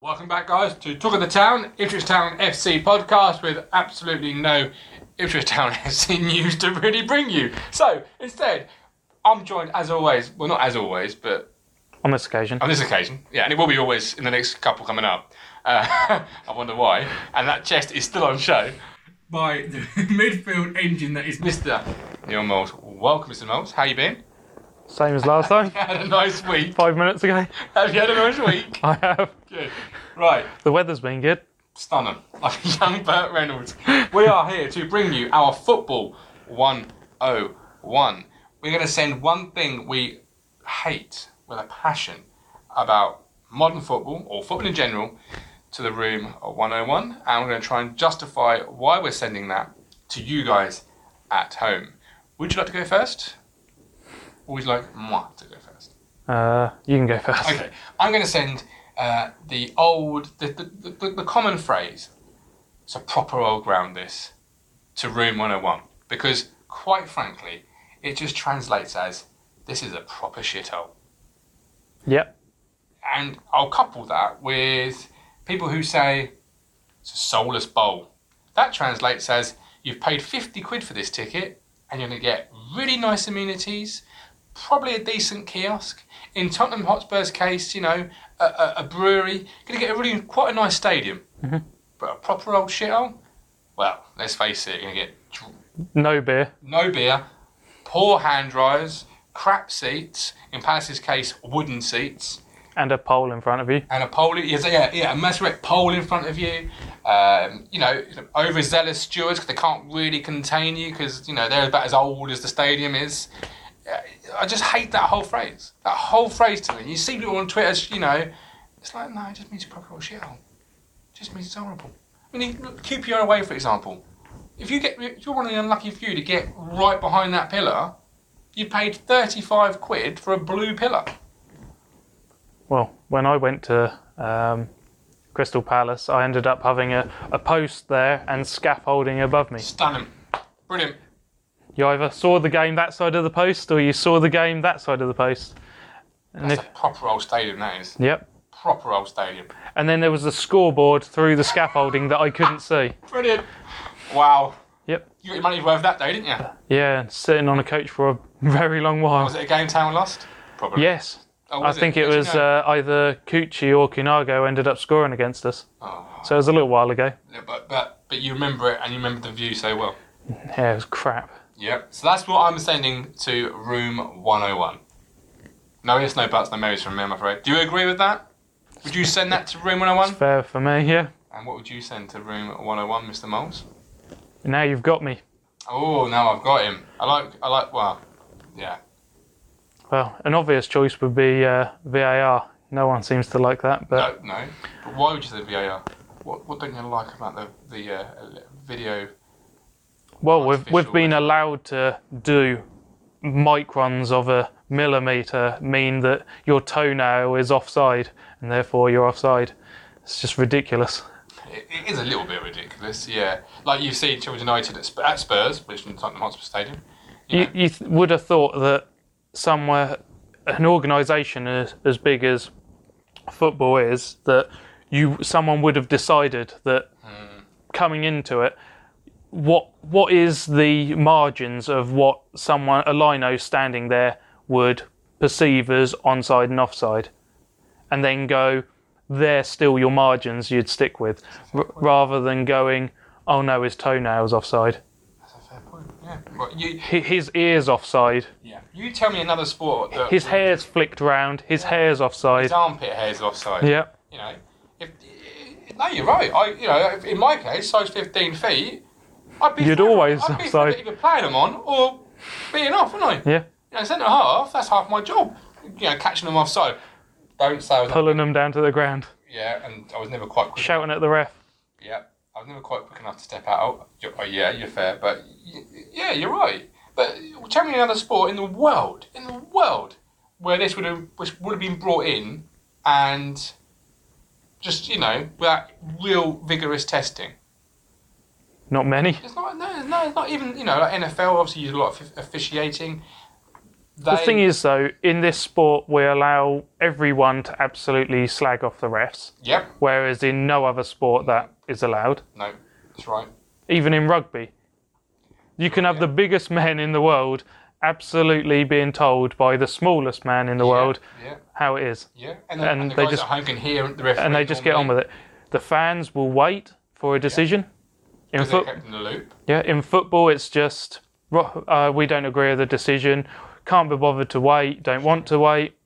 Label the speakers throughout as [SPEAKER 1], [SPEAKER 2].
[SPEAKER 1] Welcome back, guys, to Talk of the Town, Ipswich Town FC podcast with absolutely no Ipswich Town FC news to really bring you. So, instead, I'm joined, as always, well, not as always, but
[SPEAKER 2] on this occasion.
[SPEAKER 1] on this occasion, yeah, and it will be always in the next couple coming up. Uh, I wonder why. And that chest is still on show by the midfield engine that is Mr. Neil Moles. Welcome, Mr. Moles. How you been?
[SPEAKER 2] Same as last time,
[SPEAKER 1] Had a nice week.
[SPEAKER 2] five minutes ago.
[SPEAKER 1] Have you had a nice week?
[SPEAKER 2] I have.
[SPEAKER 1] Good. Right.
[SPEAKER 2] The weather's been good.
[SPEAKER 1] stunning, like a young Burt Reynolds. We are here to bring you our football 101. We're going to send one thing we hate with a passion about modern football or football in general to the room 101, and we're going to try and justify why we're sending that to you guys at home. Would you like to go first? Or would you like moi to go first?
[SPEAKER 2] Uh, you can go first.
[SPEAKER 1] Okay, I'm going to send uh, the old, the, the, the, the common phrase, it's a proper old ground this, to room 101. Because, quite frankly, it just translates as this is a proper shithole.
[SPEAKER 2] Yep.
[SPEAKER 1] And I'll couple that with people who say it's a soulless bowl. That translates as you've paid 50 quid for this ticket and you're going to get really nice amenities, probably a decent kiosk. In Tottenham Hotspur's case, you know, a, a, a brewery, going to get a really quite a nice stadium.
[SPEAKER 2] Mhm.
[SPEAKER 1] But a proper old shithole? Well, let's face it, you're going to get dr-
[SPEAKER 2] No beer.
[SPEAKER 1] no beer, poor hand dryers, crap seats, in Palace's case, wooden seats
[SPEAKER 2] And a pole in front of you.
[SPEAKER 1] and a pole, yes, yeah, yeah, a Maserec pole in front of you. Um, you know, overzealous stewards 'cause they can't really contain you because you know they're about as old as the stadium is. Uh, I just hate that whole phrase. That whole phrase to me. You see people on Twitter, you know, it's like no, it just means a proper old shithole. It just means it's horrible. I mean, look, QPR away, for example. If you get, if you're one of the unlucky few to get right behind that pillar, you paid thirty-five quid for a blue pillar.
[SPEAKER 2] Well, when I went to um, Crystal Palace, I ended up having a, a post there and scaffolding above me.
[SPEAKER 1] Stunning, brilliant.
[SPEAKER 2] You either saw the game that side of the post or you saw the game that side of the post. And
[SPEAKER 1] That's
[SPEAKER 2] if,
[SPEAKER 1] a proper old stadium, that is.
[SPEAKER 2] yep.
[SPEAKER 1] Proper old stadium.
[SPEAKER 2] And then there was the scoreboard through the scaffolding that I couldn't see.
[SPEAKER 1] Brilliant. Wow.
[SPEAKER 2] Yep.
[SPEAKER 1] You got your money's worth that day, didn't you?
[SPEAKER 2] Yeah, and sitting on a coach for a very long while.
[SPEAKER 1] Was it a game town lost? Probably.
[SPEAKER 2] Yes,
[SPEAKER 1] Oh,
[SPEAKER 2] I
[SPEAKER 1] was
[SPEAKER 2] think it
[SPEAKER 1] Did you
[SPEAKER 2] was
[SPEAKER 1] know?
[SPEAKER 2] uh, either Cucci or Kunago ended up scoring against us.
[SPEAKER 1] Oh,
[SPEAKER 2] So it was a little while ago.
[SPEAKER 1] yeah, but, but, but you remember it and you remember the view so well.
[SPEAKER 2] Yeah, it was crap.
[SPEAKER 1] Yep. So that's what I'm sending to room 101. No yes, no buts, no maybes from me, I'm afraid. Do you agree with that? Would you send that to room
[SPEAKER 2] It's
[SPEAKER 1] 101?
[SPEAKER 2] fair for me, yeah.
[SPEAKER 1] And what would you send to room 101, Mr. Moles?
[SPEAKER 2] Now you've got me.
[SPEAKER 1] Oh, now I've got him. I like, I like, well, yeah.
[SPEAKER 2] Well, an obvious choice would be uh, VAR. No one seems to like that, but
[SPEAKER 1] No, no. But why would you say VAR? What, what don't you like about the the uh, ele- video?
[SPEAKER 2] well, we've we've
[SPEAKER 1] Artificial,
[SPEAKER 2] been allowed to do microns of a millimeter mean that your toenail is offside and therefore you're offside. It's just ridiculous.
[SPEAKER 1] It, it is a little bit ridiculous, yeah. Like you've seen Chelsea United at, Sp- at Spurs, which is Tottenham Hotspur Stadium.
[SPEAKER 2] You, you th- would have thought that somewhere, an organisation as, as big as football is, that you someone would have decided that coming into it, what what is the margins of what someone a lino standing there would perceive as onside and offside, and then go, they're still your margins you'd stick with, r- rather than going, oh no, his toenail's offside,
[SPEAKER 1] That's a fair point. Yeah. Well, you,
[SPEAKER 2] Hi- his ear's offside.
[SPEAKER 1] yeah. You tell me another sport that
[SPEAKER 2] His hair's flicked round. His hair's offside.
[SPEAKER 1] his armpit hair's offside.
[SPEAKER 2] Yeah.
[SPEAKER 1] You know, if no, you're right. I, you know, if- in my case, size 15 feet. I'd be
[SPEAKER 2] You'd
[SPEAKER 1] fine-
[SPEAKER 2] always
[SPEAKER 1] I'd be
[SPEAKER 2] offside.
[SPEAKER 1] fine either playing them on or being off, wouldn't I?
[SPEAKER 2] Yeah.
[SPEAKER 1] You know, centre half, that's half my job. You know, catching them offside. Don't say I was
[SPEAKER 2] Pulling them down to the ground.
[SPEAKER 1] Yeah, and I was never quite quick.
[SPEAKER 2] Shouting at the ref.
[SPEAKER 1] Yeah, I was never quite quick enough to step out. You're, oh, yeah, you're fair, but y- yeah, you're right. But tell me another sport in the world, in the world, where this would have which would have been brought in, and just you know without real vigorous testing.
[SPEAKER 2] Not many.
[SPEAKER 1] It's not no, no, it's not even you know like NFL. Obviously, you do a lot of officiating.
[SPEAKER 2] The
[SPEAKER 1] They-
[SPEAKER 2] thing is, though, in this sport, we allow everyone to absolutely slag off the refs,
[SPEAKER 1] Yep.
[SPEAKER 2] whereas in no other sport that is allowed.
[SPEAKER 1] No, that's right.
[SPEAKER 2] Even in rugby, you can have the biggest men in the world absolutely being told by the smallest man in the world
[SPEAKER 1] Yeah.
[SPEAKER 2] how it is,
[SPEAKER 1] Yeah. And, the,
[SPEAKER 2] And
[SPEAKER 1] and the
[SPEAKER 2] they
[SPEAKER 1] guys
[SPEAKER 2] just-
[SPEAKER 1] at home can hear the referee.
[SPEAKER 2] and they just get on with it. The fans will wait for a decision. In
[SPEAKER 1] They're
[SPEAKER 2] foot,
[SPEAKER 1] kept in the loop.
[SPEAKER 2] Yeah, in football, it's just ro- uh, we don't agree with the decision, can't be bothered to wait, don't want to wait,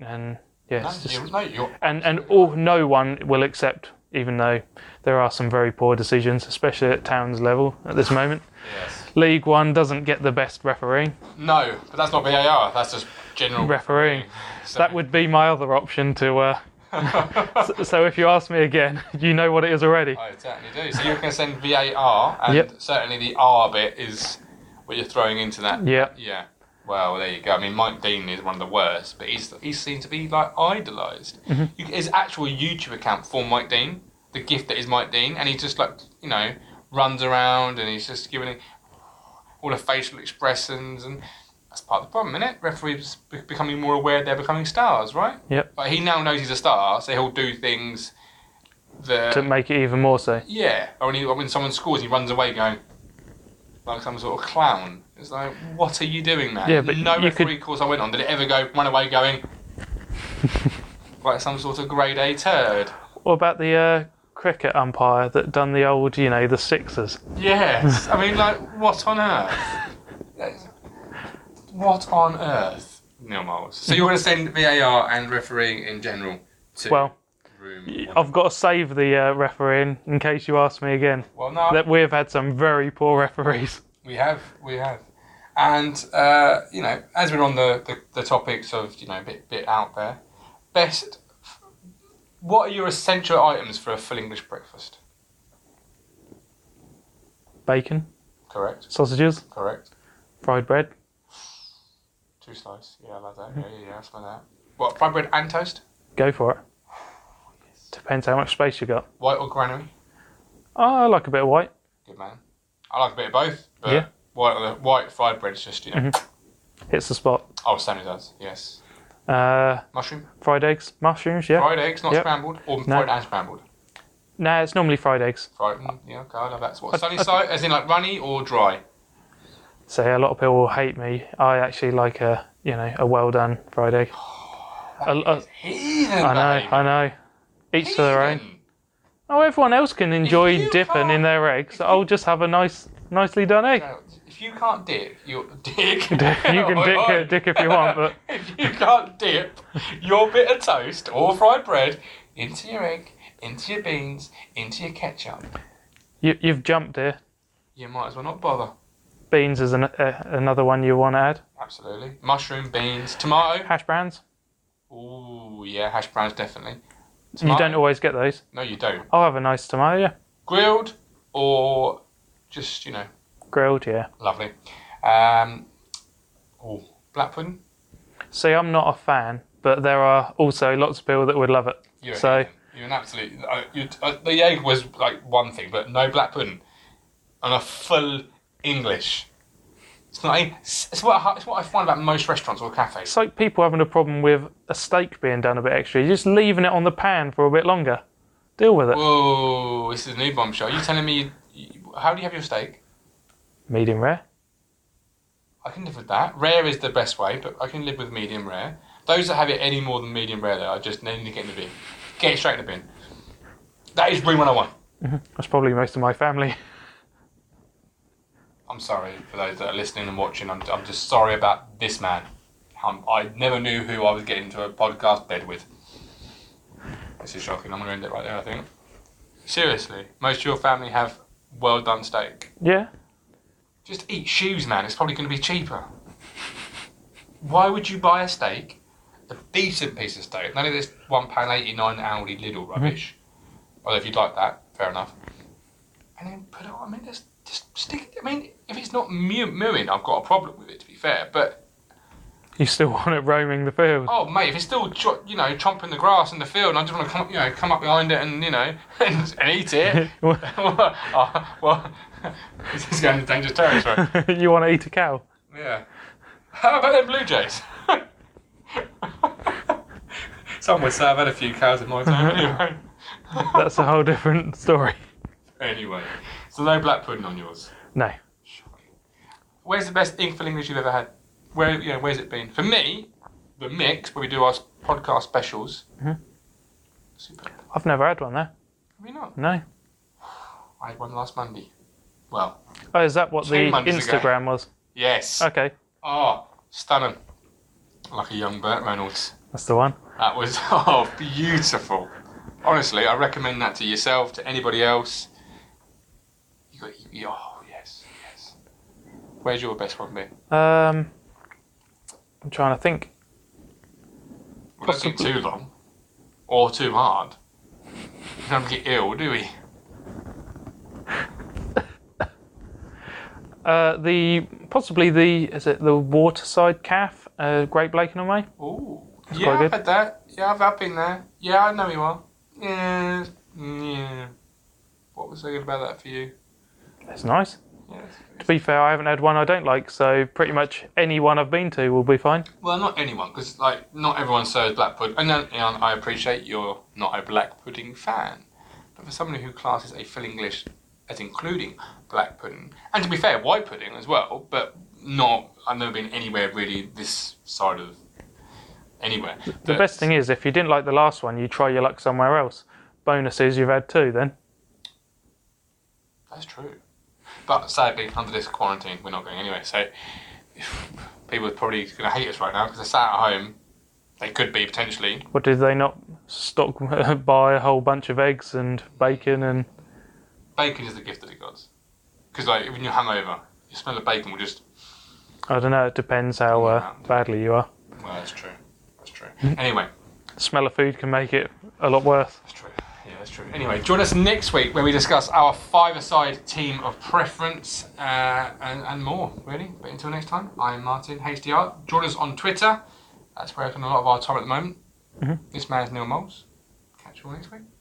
[SPEAKER 2] and
[SPEAKER 1] No,
[SPEAKER 2] yes,
[SPEAKER 1] you're, no, you're,
[SPEAKER 2] and and all no one will accept, even though there are some very poor decisions, especially at Towns level at this moment.
[SPEAKER 1] yes.
[SPEAKER 2] League One doesn't get the best referee.
[SPEAKER 1] No, but that's not VAR. That's just general
[SPEAKER 2] Refereeing.
[SPEAKER 1] So-
[SPEAKER 2] That would be my other option to. Uh, so, so if you ask me again, you know what it is already.
[SPEAKER 1] I certainly do. So you're going to send VAR, and
[SPEAKER 2] Yep.
[SPEAKER 1] certainly the R bit is what you're throwing into that.
[SPEAKER 2] Yeah,
[SPEAKER 1] Yeah. Well, there you go. I mean, Mike Dean is one of the worst, but he's he seems to be like idolized.
[SPEAKER 2] Mm-hmm.
[SPEAKER 1] You- His actual YouTube account for Mike Dean, the gift that is Mike Dean, and he just like you know runs around and he's just giving it all the facial expressions, and that's part of the problem, isn't it? Referees be- becoming more aware they're becoming stars, right?
[SPEAKER 2] Yep.
[SPEAKER 1] But he now knows he's a star, so he'll do things that
[SPEAKER 2] to make it even more so.
[SPEAKER 1] yeah, or when, he, when someone scores, he runs away going like some sort of clown. It's like, what are you doing, man?
[SPEAKER 2] Yeah, but
[SPEAKER 1] no
[SPEAKER 2] you could-
[SPEAKER 1] referee course I went on did it ever go run away going like some sort of grade A turd.
[SPEAKER 2] What about the uh, cricket umpire that done the old, you know, the sixes?
[SPEAKER 1] Yes, I mean, like, what on earth? That's- What on earth? Neil Miles. So you're going to send VAR and refereeing in general to
[SPEAKER 2] Well,
[SPEAKER 1] room?
[SPEAKER 2] I've got to save the uh, refereeing in case you ask me again.
[SPEAKER 1] well, no,
[SPEAKER 2] That we've had some very poor referees.
[SPEAKER 1] We have, we have. And, uh, you know, as we're on the, the, the topics of, you know, a bit, bit out there, best, what are your essential items for a full English breakfast?
[SPEAKER 2] Bacon,
[SPEAKER 1] Correct,
[SPEAKER 2] sausages,
[SPEAKER 1] correct.
[SPEAKER 2] fried bread,
[SPEAKER 1] Two slice, yeah, I like that. Yeah, yeah, yeah, I like that. What, fried bread and toast?
[SPEAKER 2] go for it. Depends how much space you got.
[SPEAKER 1] White or granary?
[SPEAKER 2] Oh, I like a bit of white.
[SPEAKER 1] Good man. I like a bit of both, but
[SPEAKER 2] Yeah. Mm-hmm.
[SPEAKER 1] white, or the, white fried bread's just, you know,
[SPEAKER 2] Hits the spot.
[SPEAKER 1] oh, Sammy does, yes.
[SPEAKER 2] Uh,
[SPEAKER 1] Mushroom,
[SPEAKER 2] fried eggs, mushrooms, yeah.
[SPEAKER 1] fried eggs, not
[SPEAKER 2] Yep.
[SPEAKER 1] scrambled, or
[SPEAKER 2] No.
[SPEAKER 1] fried and scrambled.
[SPEAKER 2] Nah, it's normally fried eggs.
[SPEAKER 1] Fried, mm, yeah, okay, I love that. What, sunny side, as in like runny or dry?
[SPEAKER 2] So yeah, a lot of people will hate me. I actually like a, you know, a well done fried egg. A- a-
[SPEAKER 1] Heathen,
[SPEAKER 2] Oh. I
[SPEAKER 1] babe.
[SPEAKER 2] know, I know. Each to their own.
[SPEAKER 1] Heathen.
[SPEAKER 2] Oh, everyone else can enjoy
[SPEAKER 1] you
[SPEAKER 2] dipping in
[SPEAKER 1] can't-
[SPEAKER 2] their eggs. I'll just have a nice, nicely done egg.
[SPEAKER 1] Now, If you can't dip, you're dick.
[SPEAKER 2] you can
[SPEAKER 1] Oi,
[SPEAKER 2] dick,
[SPEAKER 1] oi.
[SPEAKER 2] dick if you want, but
[SPEAKER 1] if you can't dip your bit of toast or fried bread into your egg, into your beans, into your ketchup,
[SPEAKER 2] you, you've jumped here.
[SPEAKER 1] you might as well not bother.
[SPEAKER 2] Beans is an, uh, another one you want to add.
[SPEAKER 1] Absolutely. Mushroom, beans, tomato.
[SPEAKER 2] Hash browns.
[SPEAKER 1] Ooh, yeah, hash browns definitely.
[SPEAKER 2] You
[SPEAKER 1] Tomato.
[SPEAKER 2] don't always get those.
[SPEAKER 1] No, you don't.
[SPEAKER 2] I'll have a nice tomato, yeah.
[SPEAKER 1] Grilled or just you know,
[SPEAKER 2] Grilled, yeah.
[SPEAKER 1] lovely. Um, ooh, black pudding.
[SPEAKER 2] See, I'm not a fan, but there are also lots of people that would love it.
[SPEAKER 1] You're a
[SPEAKER 2] So-
[SPEAKER 1] heathen. you're an absolute. Uh, you, uh, the egg was like one thing, but no black pudding, and a full English. It's not. a- It's it's what I, it's what I find about most restaurants or cafes.
[SPEAKER 2] It's like people having a problem with a steak being done a bit extra. You're just leaving it on the pan for a bit longer. Deal with it.
[SPEAKER 1] Whoa, this is a new bombshell. Are you telling me? You, you- how do you have your steak?
[SPEAKER 2] Medium rare.
[SPEAKER 1] I can live with that. Rare is the best way, but I can live with medium rare. Those that have it any more than medium rare, though, I just need to get in the bin. Get it straight in the bin. That is room 101.
[SPEAKER 2] That's probably most of my family.
[SPEAKER 1] I'm sorry for those that are listening and watching. I'm, I'm just sorry about this man. Um, I never knew who I was getting into a podcast bed with. This is shocking. I'm going to end it right there, I think. Seriously, most of your family have well done steak.
[SPEAKER 2] Yeah.
[SPEAKER 1] Just eat shoes, man. It's probably going to be cheaper. Why would you buy a steak, a decent piece of steak, none of this £1.89 Aldi Lidl rubbish? Although, if you'd like that, fair enough. And then put it on. I mean, just, just stick it. I mean, if it's not mew- mewing, I've got a problem with it, to be fair. But,
[SPEAKER 2] You still want it roaming the field.
[SPEAKER 1] oh, mate, if it's still, cho- you know, chomping the grass in the field and I just want to come, you know, come up behind it and, you know, and, and eat it. oh, well, this is going to dangerous territory.
[SPEAKER 2] you want to eat a cow?
[SPEAKER 1] Yeah. How about them Blue Jays? Some would say I've had a few cows in my time anyway.
[SPEAKER 2] That's a whole different story.
[SPEAKER 1] anyway, so no black pudding on yours.
[SPEAKER 2] No.
[SPEAKER 1] Where's the best Ingful English you've ever had? Where you know, where's it been? For me, the mix where we do our s- podcast specials.
[SPEAKER 2] Mhm.
[SPEAKER 1] Super. Have
[SPEAKER 2] I've never had one there.
[SPEAKER 1] we not?
[SPEAKER 2] No.
[SPEAKER 1] I had one last Monday. Well,
[SPEAKER 2] Oh, is that what
[SPEAKER 1] Two
[SPEAKER 2] the
[SPEAKER 1] months ago.
[SPEAKER 2] Instagram was?
[SPEAKER 1] yes.
[SPEAKER 2] Okay.
[SPEAKER 1] Oh, stunning. Like a young Burt Reynolds.
[SPEAKER 2] That's the one.
[SPEAKER 1] That was oh beautiful. Honestly, I recommend that to yourself, to anybody else. You got you, you- oh yes, yes. Where's your best one been?
[SPEAKER 2] Um, I'm trying to think.
[SPEAKER 1] Well, don't think too long or too hard. We don't get ill, do we?
[SPEAKER 2] Uh, the possibly the is it the Waterside Calf, uh, Great Blakenham Way?
[SPEAKER 1] Ooh,
[SPEAKER 2] That's
[SPEAKER 1] yeah,
[SPEAKER 2] quite
[SPEAKER 1] I've
[SPEAKER 2] good.
[SPEAKER 1] had that. Yeah, I've, I've been there. Yeah, I know you are. Yeah, yeah. What was so good about that for you?
[SPEAKER 2] That's nice.
[SPEAKER 1] Yeah, it's-
[SPEAKER 2] To be fair, I haven't had one I don't like, so pretty much any one I've been to will be fine.
[SPEAKER 1] Well, not anyone, because like not everyone serves black pudding. And, and I appreciate you're not a black pudding fan, but for someone who classes a full English as including black pudding, and to be fair, white pudding as well, but not. I've never been anywhere really this side of anywhere.
[SPEAKER 2] The best thing is, if you didn't like the last one, you try your luck somewhere else. Bonus is you've had two then.
[SPEAKER 1] That's true. But sadly, under this quarantine, we're not going anyway. So people are probably going to hate us right now because they're sat at home. They could be potentially.
[SPEAKER 2] What did they not stock buy a whole bunch of eggs and bacon and
[SPEAKER 1] bacon is the gift of the gods. Because like when you're hungover, you smell of bacon will just.
[SPEAKER 2] I don't know. It depends how uh, badly you are.
[SPEAKER 1] Well, that's true. That's true. anyway,
[SPEAKER 2] The smell of food can make it a lot worse.
[SPEAKER 1] that's true. Yeah, that's true. Anyway, join us next week where we discuss our five-a-side team of preference uh, and, and more, really. But until next time, I'm Martin HDR. Join us on Twitter. That's where I spend a lot of our time at the moment. This man's Neil Moles. Catch you all next week.